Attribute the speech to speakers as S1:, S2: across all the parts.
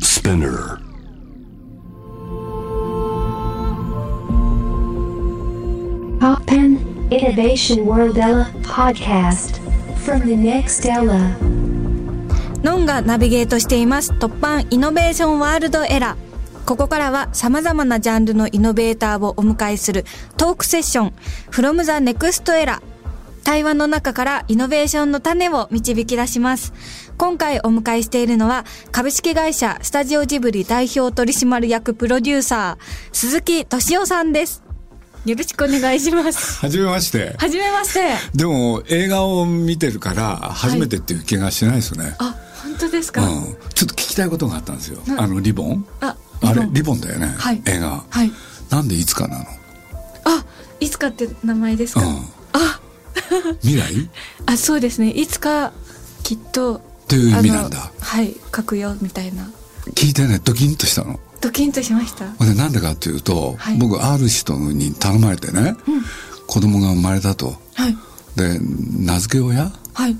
S1: Spinner.
S2: ポップンイノベーションワールド podcast from the next Ella
S3: ノンがナビゲートしています突版イノベーションワールドエラー。ここからは様々なジャンルのイノベーターをお迎えするトークセッション from the next era 対話の中からイノベーションの種を導き出します。今回お迎えしているのは株式会社スタジオジブリ代表取締役プロデューサー鈴木敏夫さんです。よろしくお願いします。
S4: はじめまして。
S3: はじめまして。
S4: でも映画を見てるから初めてっていう気がしないですね。
S3: あ、本当ですか、
S4: うん。ちょっと聞きたいことがあったんですよ。あのリボン
S3: あ
S4: あれ
S3: リボン
S4: リボンだよね。
S3: はい
S4: 映画。
S3: はい。
S4: なんでいつかなの
S3: あ、いつかって名前ですか、
S4: うん
S3: あ、
S4: 未来
S3: あそうですねいつかきっと
S4: という意味なん
S3: あ
S4: だ
S3: の。はい書くよみたいな
S4: 聞いてね、ドキンとしたの。
S3: ドキンとしました
S4: ほんでなんでかっていうと、
S3: はい
S4: 僕ある人に頼まれてね、子供が生まれたと。
S3: はい
S4: で、名付け親
S3: はい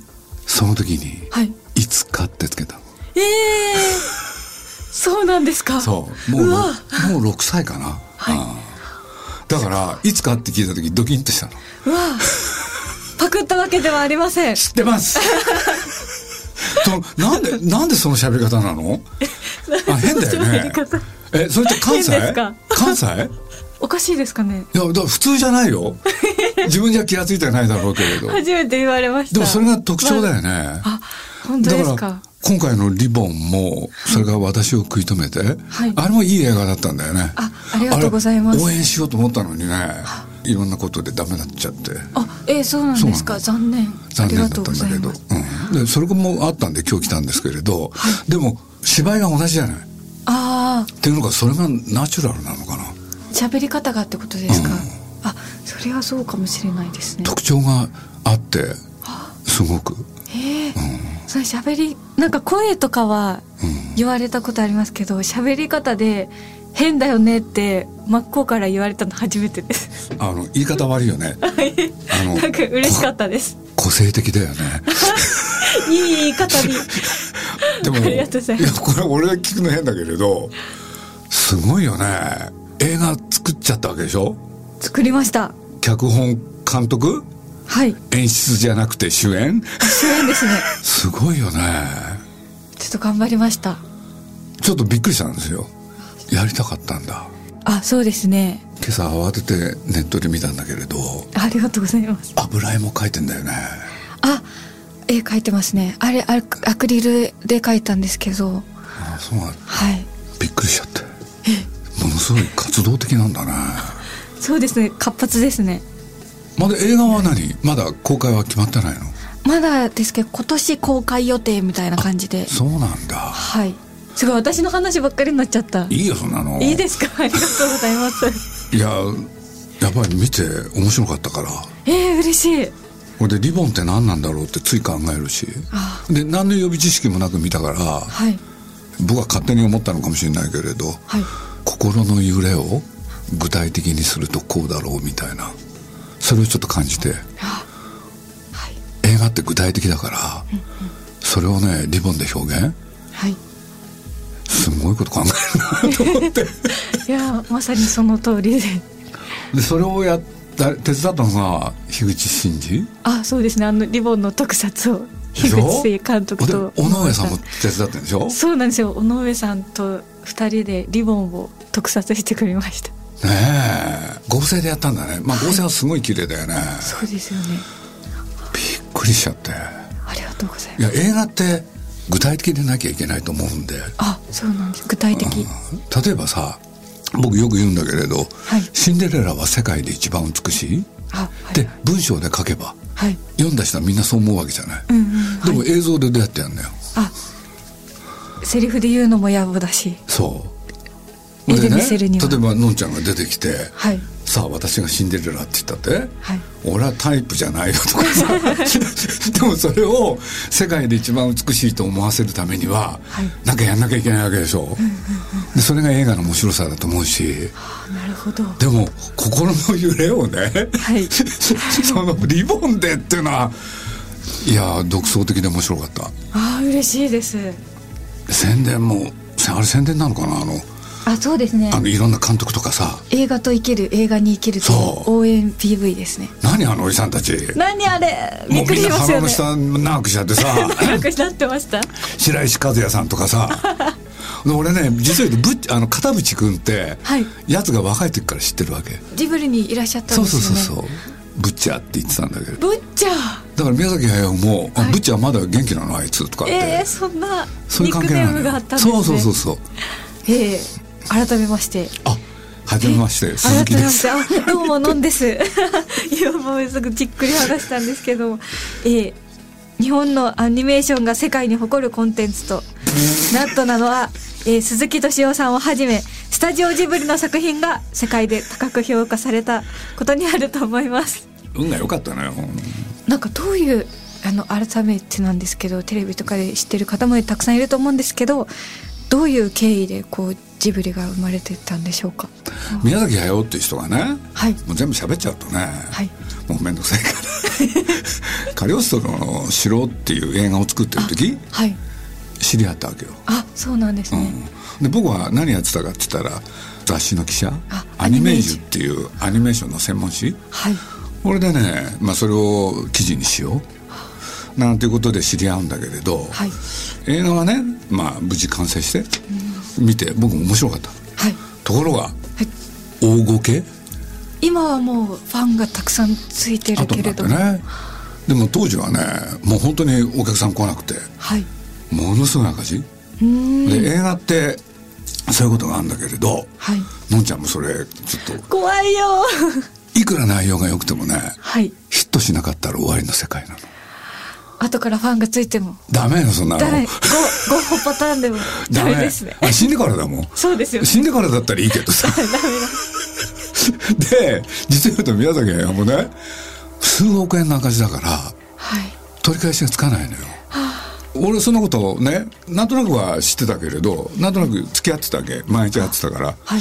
S4: その時に、
S3: はい
S4: いつかってつけたの。
S3: ええー、そうなんですか
S4: そう。もう、
S3: う
S4: も
S3: わ
S4: う6歳かな。
S3: はい
S4: うんだから、いつかって聞いた時ドキンとしたの。
S3: うわあパクったわけではありません
S4: 知ってます そのなんで、なんでその喋り方なのあ、変だよね。え、それって関
S3: 変です
S4: 西
S3: か
S4: 関西いや、
S3: おかしいですかね
S4: だから普通じゃない よ。自分じゃ気がついてないだろうけれど。
S3: 初めて言われました
S4: でもそれが特徴だよね。
S3: あ本当
S4: だ
S3: です
S4: から
S3: か、
S4: 今回のリボンも、それから私を食い止めて、
S3: はい
S4: あれもいい映画だったんだよね。
S3: あありがとうございます
S4: あれ応援しようと思ったのにね、いろんなことでダメになっちゃって、
S3: あえー、そうなんですか残念
S4: 残念だ
S3: ありが
S4: った
S3: とうんご
S4: だ
S3: ざい
S4: けど、
S3: ます
S4: うん。で、それもあったんで今日来たんですけれど、でも芝居が同じじゃない。っ
S3: ああ
S4: ていうのが、それがナチュラルなのかな。
S3: 喋り方がってことですか、あそれはそうかもしれないですね
S4: 特徴があって、すごく。
S3: へえそれ喋りなんか声とかは言われたことありますけど喋り方で「変だよね」って真っ向から言われたの初めてです
S4: あの、言い方悪いよね。あの
S3: なんか嬉しかったです
S4: 個性的だよね。
S3: いい言い方に
S4: でも
S3: ありがとうございます
S4: やこれ俺が聞くの変だけれどすごいよね映画作っちゃったわけでしょ
S3: 作りました
S4: 脚本監督
S3: はい
S4: 演出じゃなくて主演
S3: 主演ですね
S4: すごいよね
S3: ちょっと頑張りました
S4: ちょっとびっくりしたんですよやりたかったんだ
S3: あそうですね
S4: 今朝慌ててネットで見たんだけれど
S3: ありがとうございます
S4: 油絵も描いてんだよね
S3: あ絵描いてますねあれアクアクリルで描いたんですけど
S4: あそうなん
S3: はい
S4: びっくりしちゃってものすごい活動的なんだね
S3: そうですね活発ですね
S4: まだ映画は何まだ公開は決まってないの
S3: まだですけど今年公開予定みたいな感じで
S4: そうなんだ
S3: はいすごい私の話ばっかりになっちゃった
S4: いいよそんなの
S3: いいですか ありがとうござ います
S4: いややっぱり見て面白かったから
S3: えー、嬉しい
S4: これでリボンって何なんだろうってつい考えるし
S3: あ
S4: で何の予備知識もなく見たから
S3: はい
S4: 僕は勝手に思ったのかもしれないけれど
S3: はい
S4: 心の揺れを具体的にするとこうだろうみたいなそれをちょっと感じて
S3: あはい
S4: 映画って具体的だからそれをねリボンで表現
S3: はい
S4: すごいこと考える なと思って
S3: いやーまさにその通りで
S4: でそれをやった手伝ったのが樋口真嗣
S3: あそうですねあのリボンの特撮を
S4: で
S3: 樋
S4: しょ
S3: 口監督と
S4: で尾上さんも手伝ってるんでしょ
S3: そうなんですよ尾上さんと二人でリボンを特撮してくれました
S4: ねえ合成でやったんだねまあ合成はすごい綺麗だよね
S3: そうですよね
S4: びっくりしちゃって
S3: ありがとうございます
S4: いや映画って具体的でなきゃいけないと思うんで
S3: あそうなんです具体的
S4: 例えばさ僕よく言うんだけれど、
S3: い
S4: シンデレラは世界で一番美しい
S3: あはい
S4: って文章で書けば
S3: はい
S4: 読んだ人はみんなそう思うわけじゃない、
S3: うんうん
S4: でも映像でどうやってやるんだよ
S3: あセリフで言うのも野暮だし
S4: そう
S3: 絵で
S4: ね
S3: 見せるには
S4: 例えばのんちゃんが出てきて、
S3: はい
S4: さあ私がシンデレラって言ったって、
S3: はい
S4: 俺はタイプじゃないよとか さでもそれを世界で一番美しいと思わせるためには、
S3: はい
S4: なんかやんなきゃいけないわけでしょ、でそれが映画の面白さだと思うし
S3: あなるほど
S4: でも心の揺れをね、
S3: はい
S4: そのリボンでっていうのはいやー独創的で面白かった
S3: ああ嬉しいです
S4: 宣伝もせあれ宣伝なのかなあの
S3: あそうですね
S4: あのいろんな監督とかさ
S3: 映画と生きる映画に生きると
S4: そ
S3: いう応援 PV ですね
S4: 何あのおじさんたち
S3: 何あれび
S4: も
S3: っ
S4: う
S3: く
S4: み
S3: り
S4: ん
S3: し
S4: な
S3: ます
S4: 腹
S3: よ
S4: の下
S3: ね
S4: 長くしちゃってさ
S3: 長くなってました
S4: 白石和也さんとか さで俺ね実を言うとぶっあの片渕君って、
S3: はい
S4: やつが若い時から知ってるわけ
S3: ジブリにいらっしゃったん
S4: そう
S3: です
S4: そう
S3: よね
S4: そうそうブッチャーって言ってたんだけど
S3: ぶっちゃ
S4: だから宮崎駿も、あブッチャーまだ元気なのあいつ」とかって、
S3: えー、そんな
S4: そうい
S3: ニ
S4: う
S3: ッ
S4: 関係
S3: クネ
S4: な
S3: ー
S4: んだ
S3: ム
S4: よ
S3: があったんですね
S4: そうそうそうそう
S3: ええ改めまして
S4: あはじめまして鈴木
S3: 改め
S4: で
S3: ますしてあどうものんです 今もうすぐじっくり話したんですけどもええ日本のアニメーションが世界に誇るコンテンツとなんとなのは、ええ鈴木敏夫さんをはじめスタジオジブリの作品が世界で高く評価されたことにあると思います
S4: 運が良かったのよ
S3: なんかどういうあの改めてなんですけどテレビとかで知ってる方もたくさんいると思うんですけどどういう経緯でこうジブリが生まれてったんでしょうか
S4: 宮崎駿っていう人がね
S3: はい
S4: もう全部喋っちゃうとね、
S3: はい
S4: もう面倒くさいから カリオストロの城っていう映画を作ってる時
S3: はい
S4: 知り合ったわけよ、
S3: あそうなんです
S4: う
S3: ね、
S4: ん、で僕は何やってたかって言ったら雑誌の記者
S3: あ
S4: アニメージュっていうアニメーションの専門誌
S3: はい
S4: これでね、まあ、それを記事にしようなんていうことで知り合うんだけれど、
S3: はい
S4: 映画はね、まあ、無事完成して見て僕も面白かった
S3: はい、
S4: ところが
S3: はい、
S4: 大ごけ
S3: 今はもうファンがたくさんついてる
S4: 後
S3: け
S4: にな
S3: れ
S4: って
S3: ども、
S4: ねでも当時はねもう本当にお客さん来なくて
S3: はい
S4: ものすごい赤字、
S3: うーん
S4: で映画ってそういうことがあるんだけれど
S3: はい
S4: のんちゃんもそれちょっ
S3: 怖いよ
S4: といくら内容が良くてもね
S3: はい
S4: ヒットしなかったら終わりの世界なの
S3: 後からファンがついても
S4: ダメよそんなの
S3: 誰ごご歩パターン でもダメですね
S4: あ死んでからだもん
S3: そうですよね
S4: 死んでからだったらいいけど さ
S3: ダメだ
S4: で実を言うと宮崎駿もね数億円の赤字だから
S3: はい
S4: 取り返しがつかないのよ俺そんなことをねなんとなくは知ってたけれどなんとなく付き合ってたわけ毎日会ってたから
S3: はい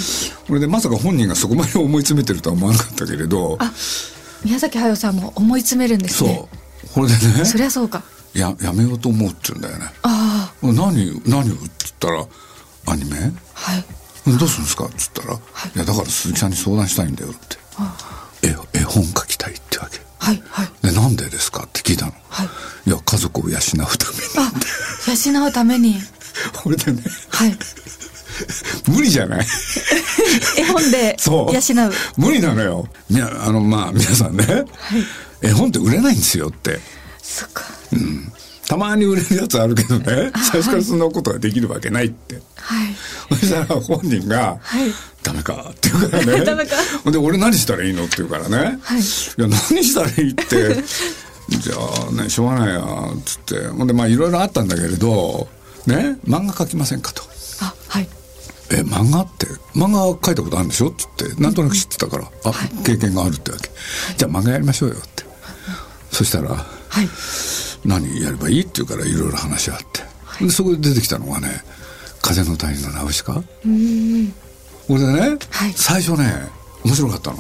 S4: 俺でまさか本人がそこまで思い詰めてるとは思わなかったけれど
S3: あ宮崎駿さんも思い詰めるんです
S4: そう
S3: ね
S4: これでね
S3: そりゃそうか
S4: ややめようと思うって言うんだよね
S3: あ
S4: 何何をって言ったらアニメ
S3: あはい
S4: どうするんですかって言ったら、
S3: はい
S4: い、やだから鈴木さんに相談したいんだよって絵絵本書きたいってわけ
S3: はいはい
S4: でなんでですかって聞いたの、
S3: はい
S4: いや家族を養うために
S3: あ養うために
S4: これでね
S3: はい
S4: 無理じゃない
S3: 絵本で
S4: そう
S3: 養う
S4: 無理なのよみやあのまあ皆さんね、絵本って売れないんですよって
S3: そっか
S4: たまに売れるやつあるけどね最初からそんなことができるわけないって、
S3: はい
S4: そしたら本人が「
S3: はい
S4: ダメか」って言うからね
S3: ダメか
S4: ほんで「俺何したらいいの?」って言うからね「
S3: はい
S4: いや何したらいい?」っ て「じゃあねしょうがないや」っつってほんでまあいろいろあったんだけれどね漫画描きませんかと。
S3: あはい
S4: え漫画って漫画描いたことあるんでしょって言ってなんとなく知ってたから、あ経験があるってわけ、じゃあ漫画やりましょうよって、そしたら
S3: はい
S4: 何やればいいって言うからいろいろ話し合って、でそこで出てきたのがね「風の谷のナウシカ」俺ね、
S3: はい
S4: 最初ね面白かったの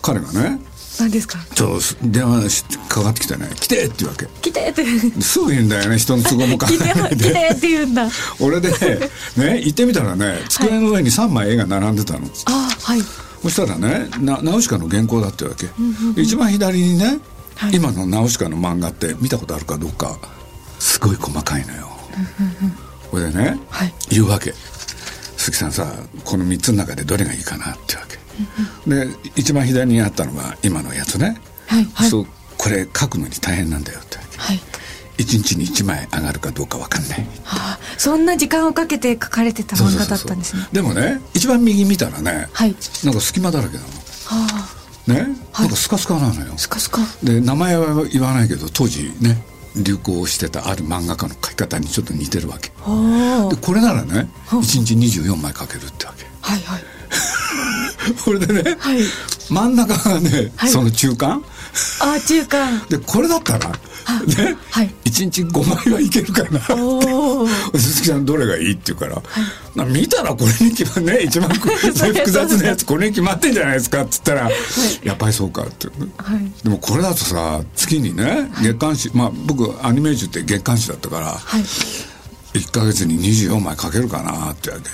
S4: 彼がね
S3: 何ですか
S4: ちょっと電話しかかってきてね「来て!」って言うわけ
S3: 来てって
S4: すぐ言うんだよね人の都合も考
S3: 来
S4: えない
S3: て来
S4: で
S3: てって言うんだあ
S4: 俺で ね行ってみたらね机の上に3枚絵が並んでたの、
S3: あはい
S4: そしたらねなナウシカの原稿だってわけ、一番左にね、
S3: はい
S4: 今のナウシカの漫画って見たことあるかどうかすごい細かいのよ、これでね、
S3: はい
S4: 言うわけ鈴木さんさこの3つの中でどれがいいかなってわけ、で一番左にあったのが今のやつね、
S3: はいはい
S4: そうこれ書くのに大変なんだよってわけ
S3: はい
S4: 一日に1枚上がるかどうか分かんない
S3: あーそんな時間をかけて書かれてた
S4: そう
S3: 漫
S4: そうそう
S3: 画だっ
S4: そう
S3: たんですね
S4: でもね一番右見たらね、
S3: はい
S4: なんか隙間だらけなの
S3: あ
S4: ね、なんかスカスカなのよ
S3: あスカスカ
S4: で名前は言わないけど当時ね流行してたある漫画家の描き方にちょっと似てるわけ
S3: おお
S4: でこれならね1日24枚描けるってわけ
S3: はいはい
S4: これでね、
S3: はい
S4: 真ん中がね、
S3: はい
S4: その中間
S3: あー中間
S4: でこれだったらね、
S3: はい
S4: 一1日5枚はいけるかな
S3: おお
S4: 鈴木さんどれがいいって言うから、な見たらこれに決まね一番こ
S3: そう
S4: 複雑なやつこれに決まってんじゃないですかっつったら、やっぱりそうかって、
S3: はい
S4: でもこれだとさ月にね月刊誌まあ僕アニメージュって月刊誌だったから、
S3: はい
S4: 1か月に24枚書けるかなってわけ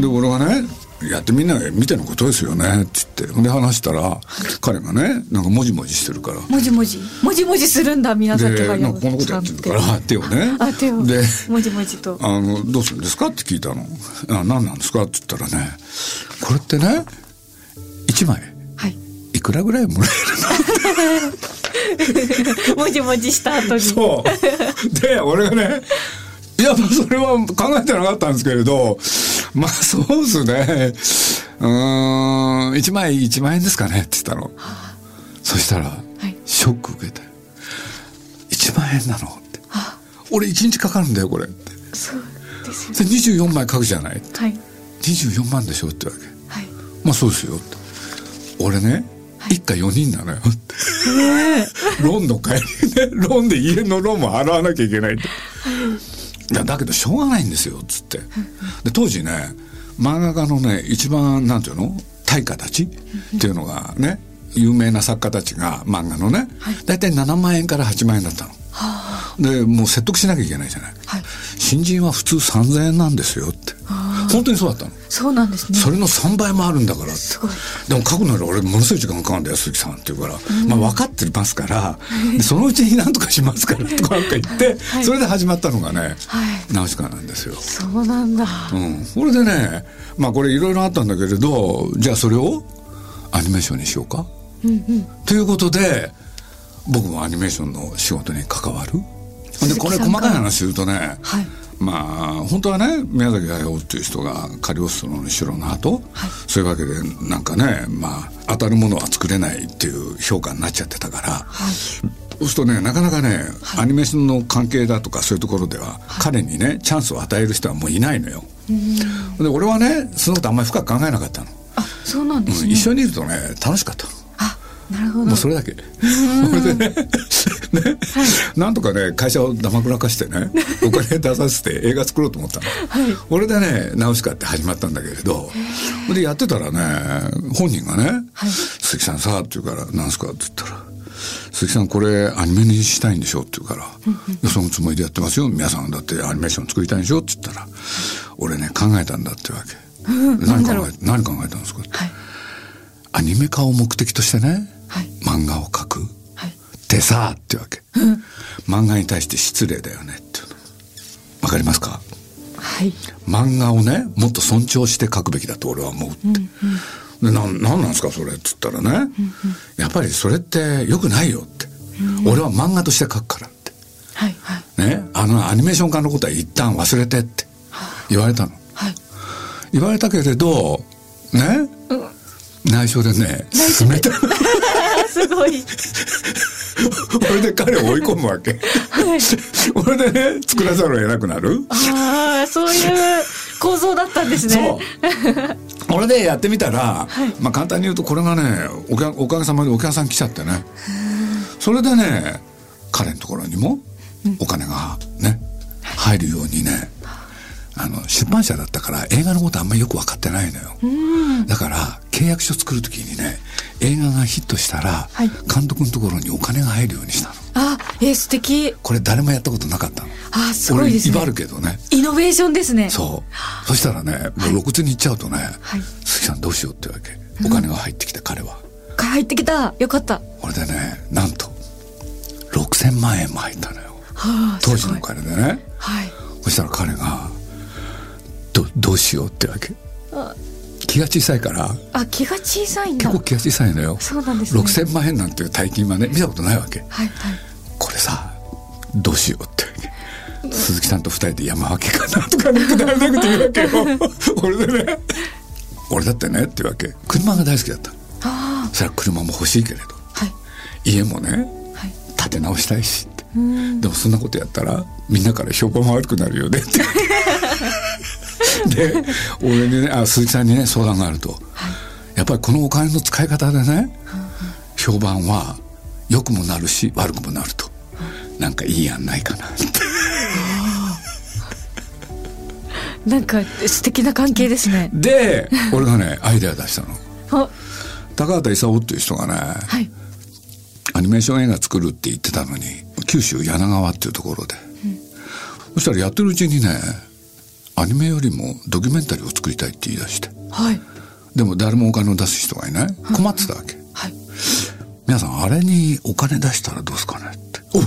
S4: で俺がねやってみんな見てのことですよねって言ってで話したら彼がねなんかもじもじしてるから
S3: もじもじもじもじするんだ宮崎
S4: でな
S3: 駿
S4: んかこんなことやってるから手をね
S3: あ手を
S4: で
S3: もじもじと
S4: あの「どうするんですか?」って聞いたの「あ何なんですか?」って言ったらねこれってね1枚
S3: はい
S4: いくらぐらいもらえるの
S3: もじもじした後に
S4: そう。で、俺がね、いや、まあそれは考えてなかったんですけれど、まあ、そうですね。うーん、1枚1万円ですかねって言ったの。そしたら、
S3: い
S4: ショック受けて、1万円なのって。俺1日かかるんだよ、これって。
S3: そうですよね
S4: で、24枚書くじゃない。
S3: はい
S4: 24万でしょってわけ。
S3: はい
S4: まあそうですよって。俺ね、一家4人なのよって。 ロンの帰りね、ロンで家のローンも払わなきゃいけないって。いや、だけどしょうがないんですよ、っつって。で、当時ね、漫画家のね、一番、なんていうの大家たちっていうのがね、有名な作家たちが漫画のね、大体7万円から8万円だったの。で、もう説得しなきゃいけないじゃない。
S3: はい
S4: 新人は普通3000円なんですよって。本当にそうだったの。
S3: そうなんですね
S4: それの3倍もあるんだからって
S3: すごい
S4: でも書くなら俺ものすごい時間かかるんだよ鈴木さんって言うから、まあ分かってますからでそのうちになんとかしますからとかなんか言って、
S3: はい
S4: それで始まったのがね、
S3: はい
S4: ナウシカなんですよ。
S3: そうなんだ
S4: うん、これでねまあこれいろいろあったんだけれどじゃあそれをアニメーションにしようか、ということで僕もアニメーションの仕事に関わるで
S3: 鈴木
S4: これ
S3: さ
S4: 細か
S3: んから
S4: い話するとね、
S3: はい
S4: まあ本当はね宮崎駿っていう人がカリオストロの城の後、そういうわけでなんかね、まあ、当たるものは作れないっていう評価になっちゃってたから、そうするとねなかなかね、アニメーションの関係だとかそういうところでは、彼にねチャンスを与える人はもういないのよ。で俺はねそのことあんまり深く考えなかったの、
S3: あそうなんです
S4: うん
S3: ね
S4: 一緒にいるとね楽しかったの。
S3: あなるほど
S4: もうそれだけ。 それでね、ね、なんとかね、会社をだまくらかしてね、お金出させて映画作ろうと思ったの。俺でね、ナウシカって始まったんだけれど、でやってたらね、本人がね、鈴木さんさ、って言うから、なんすかって言ったら、鈴木さんこれアニメにしたいんでしょって言うから、いやそのつもりでやってますよ。皆さんだってアニメーション作りたいんでしょって言ったら、俺ね、考えたんだってわけ。何考え、何考えたんですかって。
S3: はい
S4: アニメ化を目的としてね、
S3: はい
S4: 漫画を描くっ
S3: はい
S4: てさってわけ、漫画に対して失礼だよねっていうのわかりますか
S3: はい
S4: 漫画をねもっと尊重して書くべきだと俺は思うって、でななんなんですかそれっつったらね、やっぱりそれって良くないよって、俺は漫画として書くからって
S3: はいはい
S4: ねあのアニメーション化のことは一旦忘れてって言われたの
S3: はい
S4: 言われたけれどね、内緒でね進めた
S3: あすごい
S4: それで彼を追い込むわけ。 俺でね、作らざるを得なくなる。
S3: ああそういう構造だったんですね
S4: そう。俺でやってみたら、まあ簡単に言うとこれがね、おかおかげさまでお客さん来ちゃってね。それでね、彼のところにもお金がね、入るようにね、あの出版社だったから映画のことあんまりよく分かってないのよ。だから契約書作る時にね、映画がヒットしたら
S3: はい
S4: 監督のところにお金が入るようにしたの。
S3: あえー素敵
S4: これ誰もやったことなかったの。
S3: あすごいです
S4: 俺威
S3: ね
S4: 張るけどね。
S3: イノベーションですね
S4: そう。そしたらね、もう露骨に行っちゃうとね、
S3: はい
S4: 鈴木さんどうしようってわけ。お金が入ってきた彼は。
S3: か入ってきたよかった
S4: これでね、なんと、6000万円も入ったのよ。
S3: はあ
S4: 当時のお
S3: すごい
S4: 金でね。
S3: はい
S4: そしたら彼が、ど、どうしようってわけ。気が小さいから、
S3: あ気が小さいんだ
S4: 結構気が小さいのよ。
S3: そうなんですね
S4: 6000万円なんていう大金はね、見たことないわけ。
S3: はいはい
S4: これさどうしようって。鈴木さんと二人で山分けかなとかねくだらなくて言うわけよ俺でね俺だってねっていうわけ車が大好きだった
S3: あ
S4: それは車も欲しいけれど
S3: あはい
S4: 家もね
S3: はい
S4: 建て直したいしってでもそんなことやったらみんなから評判悪くなるよねって で俺にねあ鈴木さんにね相談があると、やっぱりこのお金の使い方でね、評判は良くもなるし悪くもなると、なんかいい案ないかなって
S3: なんか素敵な関係ですね
S4: で俺がねアイデア出したの
S3: あ
S4: 高畑勲っていう人がね、
S3: はい
S4: アニメーション映画作るって言ってたのに九州柳川っていうところで、そしたらやってるうちにねアニメよりもドキュメンタリーを作りたいって言い出して
S3: はい
S4: でも誰もお金を出す人がいない困ってたわけ、
S3: はい
S4: 皆さんあれにお金出したらどうすかねってお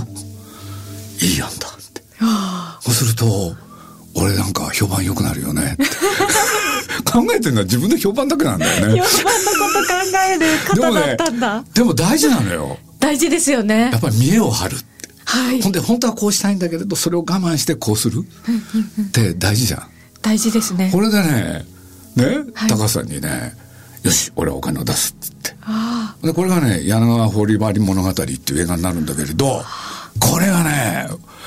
S4: いい案だってそうすると俺なんか評判良くなるよねって考えてる のは自分の評判だけなんだよね
S3: 4番のこと考える方だったんだ、
S4: でも大事なのよ
S3: 大事ですよね
S4: やっぱり見栄を張るって
S3: は い
S4: ほんで本当はこうしたいんだけれどそれを我慢してこうするって大事じゃん
S3: 大事ですね
S4: これでねね、
S3: はい
S4: 高橋さんにね「よし俺はお金を出す」って言って
S3: あ
S4: でこれがね「柳川ホリバリ物語」っていう映画になるんだけれどこれがね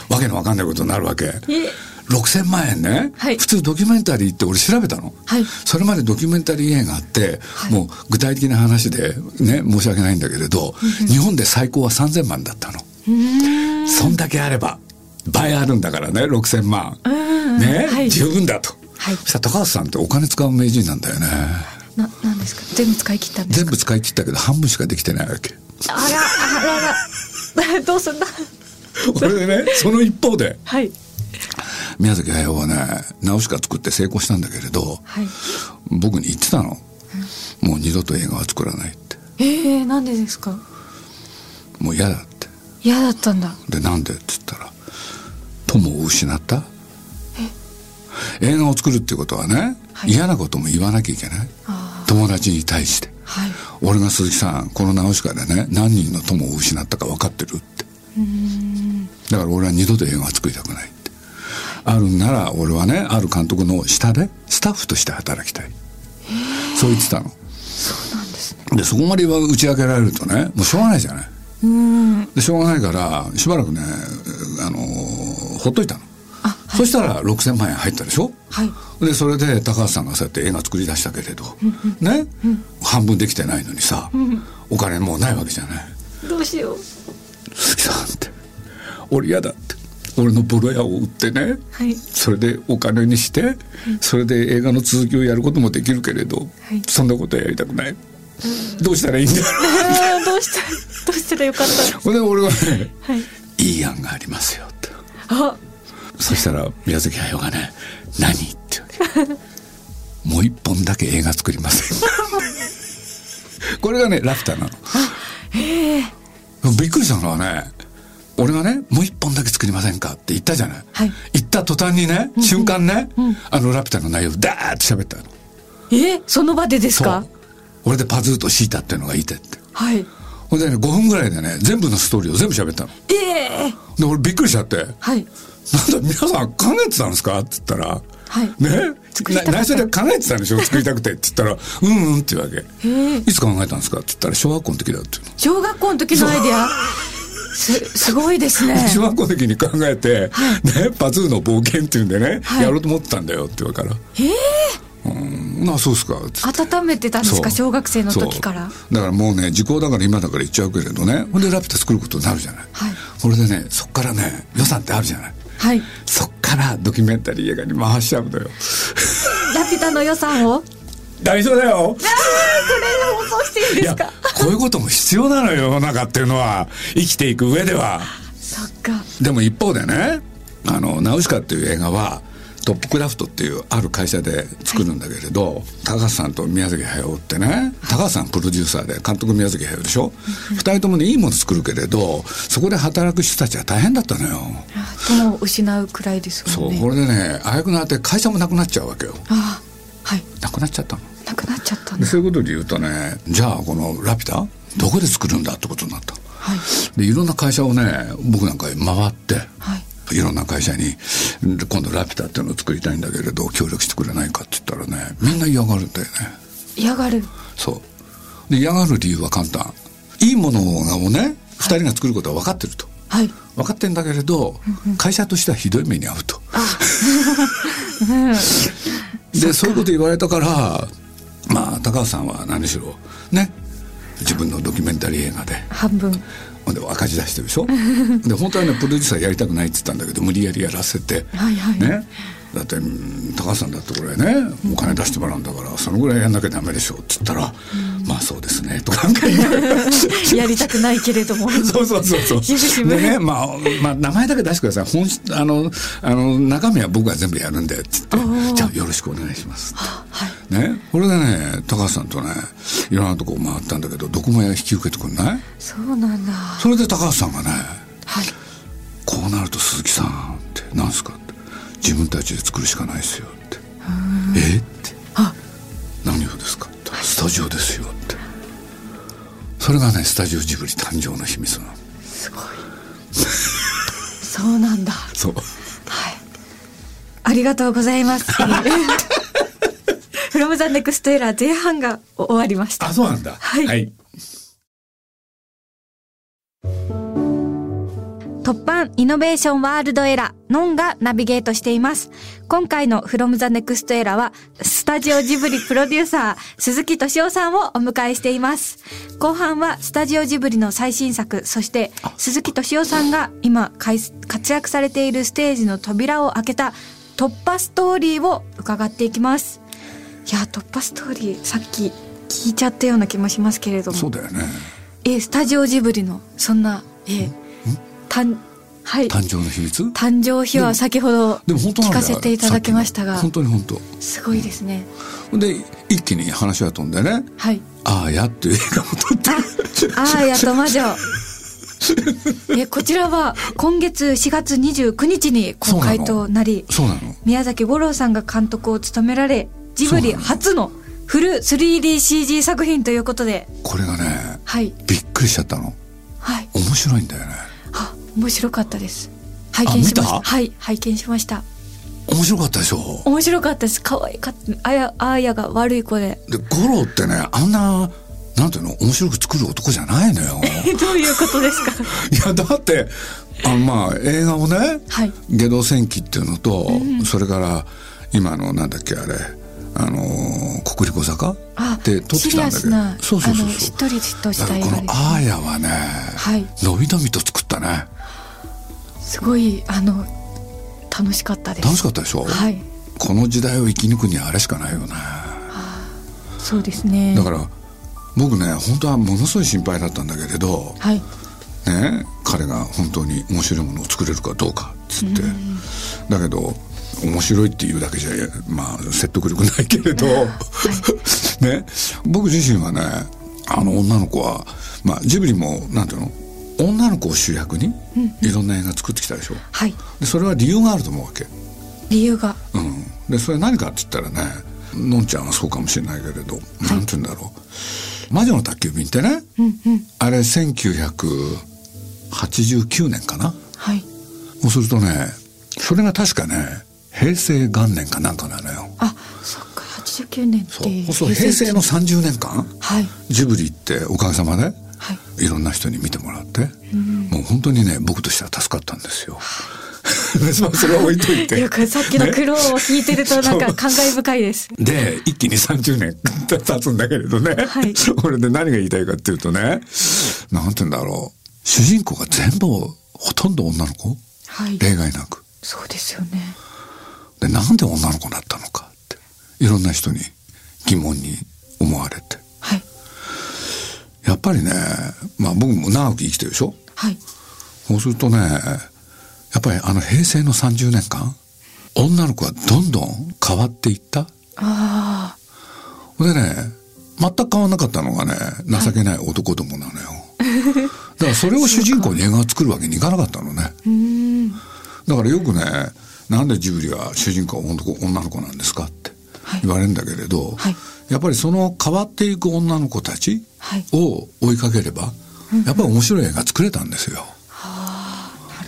S4: わけのわかんないことになるわけ。
S3: あいえ
S4: 6,000万円ね、
S3: はい
S4: 普通ドキュメンタリーって俺調べたの、
S3: はい
S4: それまでドキュメンタリー映画って、もう具体的な話でね申し訳ないんだけれど、日本で最高は3,000万だったの。
S3: うーん
S4: そんだけあれば倍あるんだからね6,000万、
S3: うん
S4: ね、
S3: はい
S4: 十分だと、
S3: はい
S4: そしたら高橋さんってお金使う名人なんだよね
S3: ななんですか全部使い切ったんです
S4: 全
S3: か
S4: 部使い切ったけど半分しかできてない わけ
S3: あらあらあ らどうすんだ
S4: 俺でねその一方で
S3: はい
S4: 宮崎駿はね直しか作って成功したんだけれど
S3: はい
S4: 僕に言ってたのもう二度と映画は作らないって
S3: えー、なんでですか
S4: もう嫌だって
S3: 嫌だったんだ
S4: でなんでって言ったら友を失った映画を作るっていうことはね、
S3: はい
S4: 嫌なことも言わなきゃいけない
S3: あ
S4: 友達に対して
S3: あはい
S4: 俺が鈴木さんこの直しかでね何人の友を失ったか分かってるってだから俺は二度と映画は作りたくないってあるんなら俺はねある監督の下でスタッフとして働きたいそう言ってたの
S3: そうなんですね
S4: でそこまでは打ち明けられるとねもうしょうがないじゃない
S3: うん
S4: でしょうがないからしばらくねあのーほっといたの、
S3: あはい
S4: そしたら6,000万円入ったでしょ
S3: はい
S4: でそれで高橋さんがそうやって映画作り出したけれど、ね、半分できてないのにさ、お金もうないわけじゃない
S3: どうしよう
S4: 鈴木さんって俺嫌だって俺のボロ屋を売ってね
S3: はい
S4: それでお金にしてそれで映画の続きをやることもできるけれど、
S3: い
S4: そんなことはやりたくない、どうしたらいいんだろう
S3: あーどうした どうしたらよかった
S4: ほんで俺はね
S3: はい
S4: 「いい案がありますよ」って
S3: あ
S4: そしたら宮崎駿がね「何?」って言うわけもう一本だけ映画作りません これがねラフターなの
S3: ええ
S4: びっくりしたのはね俺がね「もう一本だけ作りませんか?」って言ったじゃない、
S3: はい
S4: 言った途端にね瞬間ね、あの「ラピュタ」の内容ダーッと喋ったの
S3: えその場でです
S4: そ
S3: か
S4: う俺でパズーとシータっていうのがいてって
S3: はい
S4: ほんでね5分ぐらいでね全部のストーリーを全部喋ったの
S3: ええ
S4: で俺びっくりしちゃって「
S3: はい
S4: なんだ皆さん考えてたんですか?」って言ったら「
S3: はい
S4: ね
S3: 作りたか
S4: な
S3: った
S4: 内緒で考えてたんでしょ作りたくて」って言ったら「うんうん」って言うわけ
S3: え
S4: 「いつ考えたんですか?」って言ったら「小学校の時だ」って言うの
S3: 小学校の時のアイデアすすごい ですね
S4: 小学校の時に考えて、ね、パズーの冒険っていうんでね、
S3: はい
S4: やろうと思ってたんだよって言うから「
S3: ええ
S4: うんまあそうですか」つって。
S3: 温めてたんですか
S4: そう
S3: 小学生の時から
S4: そうだからもうね時効だから今だから言っちゃうけれどねほんでラピュタ作ることになるじゃない、
S3: はい
S4: これでねそっからね予算ってあるじゃない
S3: はい
S4: そっからドキュメンタリー映画に回しちゃうのよ
S3: ラピュタの予算 を
S4: 大丈夫だよ
S3: これ放送していい
S4: いやこういうことも必要なのよ世の中っていうのは生きていく上では
S3: そっか
S4: でも一方でね「あのナウシカ」っていう映画はトップクラフトっていうある会社で作るんだけれど、高橋さんと宮崎駿ってね高橋さんプロデューサーで監督宮崎駿でしょ、二人ともねいいもの作るけれどそこで働く人たちは大変だったのよ。
S3: あ友を失うくらいです
S4: そ
S3: もん
S4: う
S3: ね
S4: これでねあやくなって会社もなくなっちゃうわけよ
S3: ああはい
S4: なくなっちゃったの
S3: なくなっちゃったん
S4: で
S3: だ
S4: そういうことで言うとねじゃあこの「ラピュタ」どこで作るんだってことになった
S3: はい
S4: でいろんな会社をね僕なんか回って
S3: はい
S4: いろんな会社に「今度ラピュタっていうのを作りたいんだけれど協力してくれないか」って言ったらねみんな嫌がるんだよね
S3: 嫌がる
S4: そうで嫌がる理由は簡単いいものをね2人が作ることは分かってると
S3: はい
S4: 分かってんだけれど会社としてはひどい目に遭うと でそういうこと言われたからまあ高橋さんは何しろね自分のドキュメンタリー映画で。
S3: 半分
S4: ほんで赤字出してるでしょで本当はねプロデューサーやりたくないって言ったんだけど無理やりやらせて、
S3: はいはい
S4: ね、だってうん高橋さんだってこれねお金出してもらうんだからそのぐらいやんなきゃダメでしょって言ったら「まあそうですね」とかなん か言いながら
S3: やりたくないけれども
S4: そうそうそうそう
S3: しぶしぶ
S4: でね、まあ、まあ名前だけ出してください本質あのあの中身は僕が全部やるんでっつって「じゃあよろしくお願いします」って、ねこれでね高橋さんとねいろんなとこ回ったんだけどどこも引き受けてくんない
S3: そうなんだは
S4: それで高橋さんがね
S3: い
S4: こうなると鈴木さんって何すかって自分たちで作るしかないですよってえって
S3: あ
S4: 何をですかってスタジオですよってそれがねスタジオジブリ誕生の秘密なの
S3: すごいそうなんだ
S4: そう
S3: はいありがとうございます フロムザネクストエラー前半が終わりました
S4: あそうなんだ
S3: はい
S4: はい、
S3: 突破イノベーションワールドエラー、ノンがナビゲートしています。今回の From the Next Era は、スタジオジブリプロデューサー、鈴木敏夫さんをお迎えしています。後半は、スタジオジブリの最新作、そして、鈴木敏夫さんが今、かい活躍されているステージの扉を開けた、突破ストーリーを伺っていきます。いや、突破ストーリー、さっき聞いちゃったような気もしますけれども。
S4: そうだよね
S3: えースタジオジブリのそんな、えーたんはい
S4: 誕生の秘密
S3: 誕生秘話は先ほど
S4: でも本当なん
S3: 聞
S4: だ
S3: か
S4: よ
S3: せていただきましたが
S4: さっきの本当に
S3: すごいです ね
S4: 本当で一気に話は飛んでね
S3: はい
S4: 「ああや」っていう映画を撮って
S3: あーやと魔女 えこちらは今月4月29日に公開となり
S4: そうなの
S3: 宮崎吾郎さんが監督を務められジブリ初のフル 3DCG 作品ということで
S4: これがね
S3: はい
S4: びっくりしちゃったの
S3: はい
S4: 面白いんだよね
S3: あ面白かったです拝見しまし
S4: あ
S3: た
S4: 見た
S3: はい拝見しました
S4: 面白かったでしょ
S3: 面白かったです可愛かったあやあやが悪い子で
S4: で五郎ってねあんななんていうの面白く作る男じゃないの よい
S3: どういうことですか
S4: やだってあまあ映画をね
S3: はい
S4: 「下道戦記」っていうのと、それから今のなんだっけあれあのー国立小坂
S3: あ
S4: って撮ってきたんだけ
S3: シリアスな
S4: どそうそうそう
S3: あのしっとりとし
S4: だか
S3: た
S4: ら
S3: 映
S4: こ
S3: 画
S4: の
S3: で
S4: 「
S3: す
S4: あーや」はね
S3: はい
S4: のびのびと作ったね
S3: すごいあの楽しかったです
S4: 楽しかったでしょ、
S3: はい
S4: この時代を生き抜くにはあれしかないよね
S3: そうですね
S4: だから僕ね本当はものすごい心配だったんだけれど、
S3: はい
S4: ね、彼が本当に面白いものを作れるかどうかっつって、だけど面白いっていうだけじゃまあ説得力ないけれど、 ね、僕自身はねあの女の子は、まあ、ジブリもなんていうの女の子を主役にいろんな映画作ってきたでしょ、
S3: はい
S4: でそれは理由があると思うわけ、
S3: 理由が
S4: うん、でそれ何かって言ったらねのんちゃんはそうかもしれないけれど、なんて言うんだろう「魔女の宅急便」ってね、あれ1989年かな
S3: はい
S4: そうするとねそれが確かね平成元年かなんかなのよ。
S3: あそっか89年っ
S4: そう
S3: て
S4: そう平成の30年間
S3: はい
S4: ジブリっておかげさまで
S3: はい
S4: いろんな人に見てもらって、もう本当にね僕としては助かったんですよ。 まあそれは置いといて
S3: よくさっきの苦労を聞いてるとなんか
S4: そう
S3: 感慨深いです
S4: で、一気に30年経つんだけれどね。
S3: はい
S4: これで何が言いたいかっていうとね、なんて言うんだろう。主人公が全部、ほとんど女の子
S3: はい
S4: 例外なく。
S3: そうですよね
S4: で、なんで女の子になったのかって、いろんな人に疑問に思われて。
S3: はい
S4: やっぱりね、まあ僕も長く生きてるでしょ
S3: はい
S4: そうするとね、やっぱりあの平成の30年間、女の子はどんどん変わっていった。
S3: ああ
S4: でね、全く変わんなかったのがね、情けない男どもなの よ。だからそれを主人公に映画を作るわけにいかなかったのね。
S3: うーん
S4: だからよくね、なんでジブリは主人公は男女の子なんですかって
S3: はい
S4: 言われるんだけれど、
S3: はい
S4: やっぱりその変わっていく女の子たち
S3: はい
S4: を追いかければ、やっぱり面白い映画作れたんですよ。う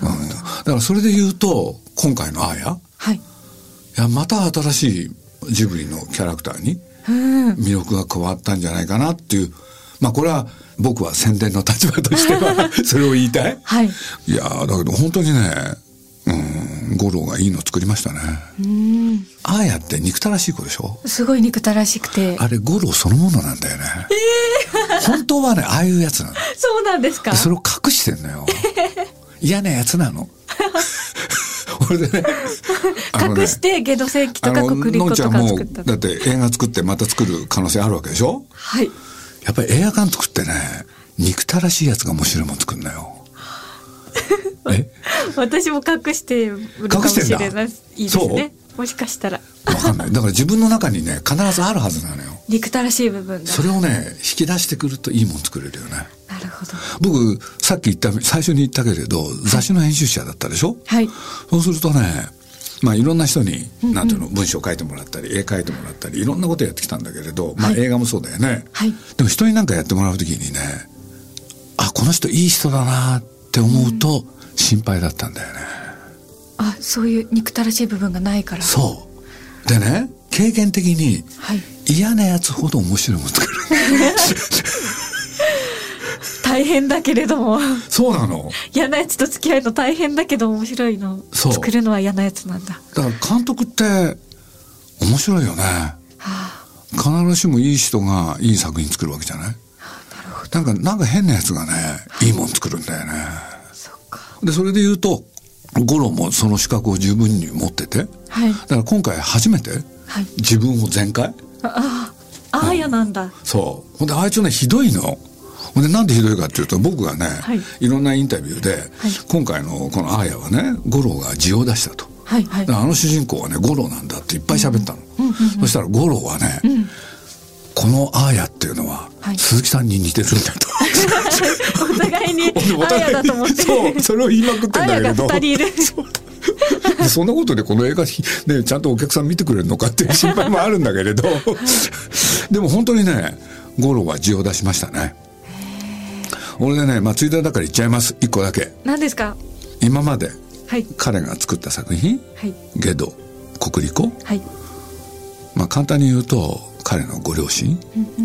S4: んだからそれで言うと、今回のあーや、
S3: はい
S4: いや、また新しいジブリのキャラクターに、
S3: うん
S4: 魅力が変わったんじゃないかなっていうまあこれは僕は宣伝の立場として はそれを言いたい
S3: はい
S4: いやーだけど本当にねうん五郎がいいの作りましたね
S3: うん
S4: ああやって憎たらしい子でしょ
S3: すごい憎たらしくて
S4: あれ五郎そのものなんだよね、本当はね、ああいうやつなの。
S3: そうなんですか
S4: でそれを隠してんの よ。嫌なやつなの。俺でね、あのね
S3: 隠してゲド戦記とか
S4: あの
S3: 国立
S4: のん
S3: と
S4: ちゃ
S3: か
S4: んも
S3: 作った
S4: だって映画作ってまた作る可能性あるわけでしょ
S3: はい
S4: やっぱり映画監督ってね憎たらしいやつが面白いもん作るんだ よえ
S3: 私も隠してるかもしれな
S4: 隠
S3: い
S4: して
S3: い
S4: んだ
S3: いですね
S4: そ
S3: もしかしたら
S4: わかんないだから自分の中にね必ずあるはずなのよ
S3: 憎たらしい部分が
S4: それをね引き出してくるといいもん作れるよね
S3: なるほど
S4: 僕さっき言った最初に言ったけれど雑誌の編集者だったでしょ、
S3: はい
S4: そうするとねまあいろんな人に、なんていうの文章書いてもらったり絵書いてもらったりいろんなことやってきたんだけれど、まあ、
S3: はい
S4: 映画もそうだよね、
S3: はい
S4: でも人になんかやってもらう時にねあこの人いい人だなって思うと心配だったんだよね、
S3: あそういう憎たらしい部分がないから
S4: そうでね経験的に
S3: はい
S4: 嫌なやつほど面白いもの 作る
S3: 大変だけれども
S4: そうなの
S3: 嫌なやつと付き合うの大変だけど面白いの
S4: そう
S3: 作るのは嫌なやつなんだ、は
S4: だから監督って面白いよね
S3: あ、
S4: 必ずしもいい人がいい作品作るわけじゃないなんか、なんか変なやつがね、いいもん作るんだよね。
S3: そっか
S4: で、それで言うと、ゴロもその資格を十分に持ってて、だ
S3: はい
S4: から今回初めて
S3: はい
S4: 自分を全開
S3: ああああやなんだ
S4: そう。ほんで、あいつね、ひどいの。ほんで、なんでひどいかっていうと、僕がね、
S3: はい
S4: い、ろんなインタビューで、今回のこのアーヤはね、ゴロが字を出したと。
S3: はいはい
S4: だからあの主人公はね、ゴロなんだっていっぱい喋ったの。そしたらゴロはね、このアーヤっていうのは、
S3: はい
S4: 鈴木さんに似てるんだと。
S3: お互いに
S4: お
S3: あ
S4: 互い
S3: やだと思って
S4: そうそれを言いまくってん
S3: あ
S4: だ
S3: や
S4: け
S3: が
S4: れど
S3: 二人いる
S4: でそんなことでこの映画、ね、ちゃんとお客さん見てくれるのかって いう心配もあるんだけれどでも本当にね五郎は字を出しましたね俺でね、まあ、ついでだから言っちゃいます一個だけ
S3: 何ですか
S4: 今まで
S3: はい
S4: 彼が作った作品
S3: はい
S4: 「ゲド」「国立子
S3: はい」
S4: まあ簡単に言うと彼のご両親、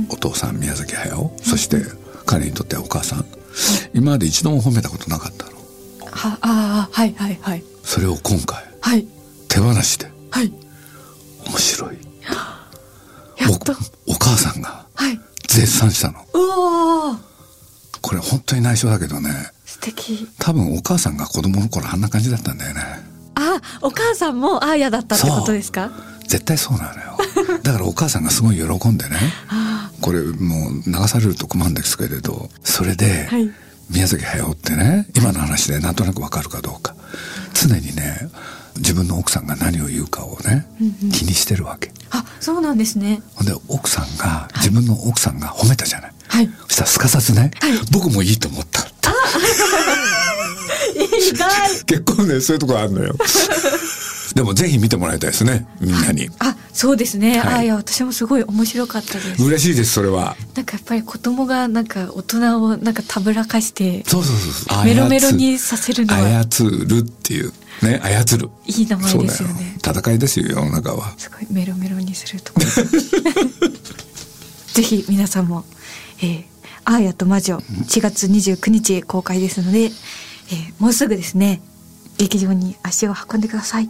S4: お父さん宮崎駿、そして彼にとってはお母さん今まで一度も褒めたことなかったの
S3: はああはいはいはい
S4: それを今回
S3: はい
S4: 手放して
S3: はい
S4: 面白いって
S3: やっと
S4: おお母さんが
S3: はい
S4: 絶賛したの
S3: うおー
S4: これ本当に内緒だけどね
S3: 素敵
S4: 多分お母さんが子供の頃あんな感じだったんだよね
S3: あお母さんもあやだったってことですか
S4: 絶対そうなのよだからお母さんがすごい喜んでねこれもう流されると困るんですけれどそれで、
S3: はい
S4: 宮崎駿ってね今の話でなんとなくわかるかどうか常にね自分の奥さんが何を言うかをね、気にしてるわけ
S3: あそうなんですね
S4: ほんで奥さんが自分の奥さんが褒めたじゃない、
S3: はい
S4: そしたらすかさずね、僕もいいと思ったって
S3: 意外
S4: 結構ねそういうとこあるのよでもぜひ見てもらいたいですねみんなに
S3: あそうですね、
S4: はい
S3: あいや私もすごい面白かったです
S4: 嬉しいですそれは
S3: なんかやっぱり子供がなんか大人をなんかたぶらかして
S4: そうそうそうそう
S3: メロメロにさせるのは
S4: 操るっていうね操る
S3: いい名前
S4: そう
S3: で
S4: だ
S3: す
S4: よ
S3: よね
S4: 戦いですよ世の中は
S3: すごいメロメロにするとこ ぜひ皆さんも、えーアーヤと魔女4月29日公開ですので、えーもうすぐですね劇場に足を運んでください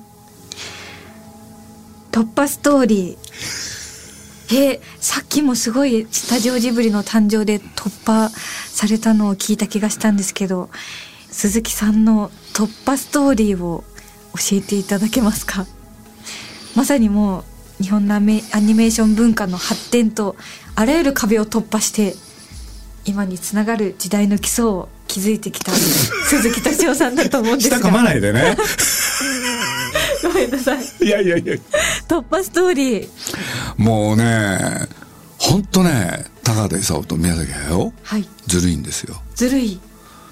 S3: 突破ストーリーえーさっきもすごいスタジオジブリの誕生で突破されたのを聞いた気がしたんですけど鈴木さんの突破ストーリーを教えていただけますかまさにもう日本のアメアニメーション文化の発展とあらゆる壁を突破して今につながる時代の基礎を築いて きた鈴木敏夫さんだと思うんです
S4: 下
S3: が
S4: 噛まないで ね
S3: ごめんなさい
S4: いやいやいや
S3: 突破ストーリー
S4: もうねほんとね高田勲と宮崎駿
S3: はい
S4: ずるいんですよ
S3: ずるい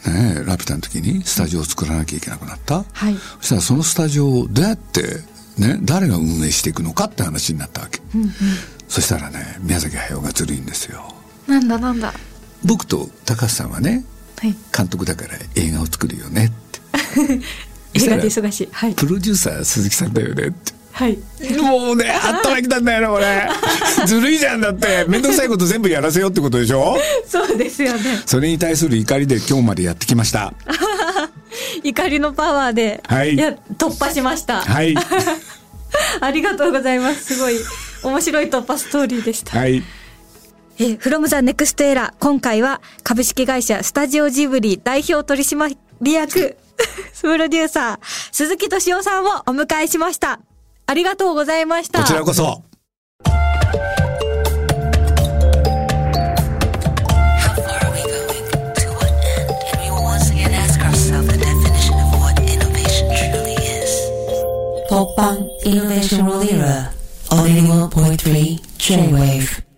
S4: ねえラピュタの時にスタジオを作らなきゃいけなくなった、
S3: はい
S4: そしたらそのスタジオをどうやって、ね、誰が運営していくのかって話になったわけ、そしたらね宮崎駿がずるいんですよ
S3: なんだなんだは
S4: 僕と高橋さんはね
S3: い
S4: 監督だから映画を作るよねって
S3: 映画で忙しいはい
S4: プロデューサー鈴木さんだよねって
S3: はい
S4: もうね働きたんだよな俺 ずるいじゃんだって面倒くさいこと全部やらせようってことでしょ
S3: そうですよ ね
S4: それに対する怒りで今日までやってきました
S3: 怒りのパワーで、
S4: はい
S3: や突破しました、
S4: はい
S3: ありがとうございますすごい面白い突破ストーリーでした
S4: はい
S3: えー、from the next era 今回は株式会社スタジオジブリ代表取締 役プロデューサー鈴木敏夫さんをお迎えしましたありがとうございました
S4: こちらこそ
S1: ポッパンイノベーションローリーラー、オリンゴ.3 J-Wave。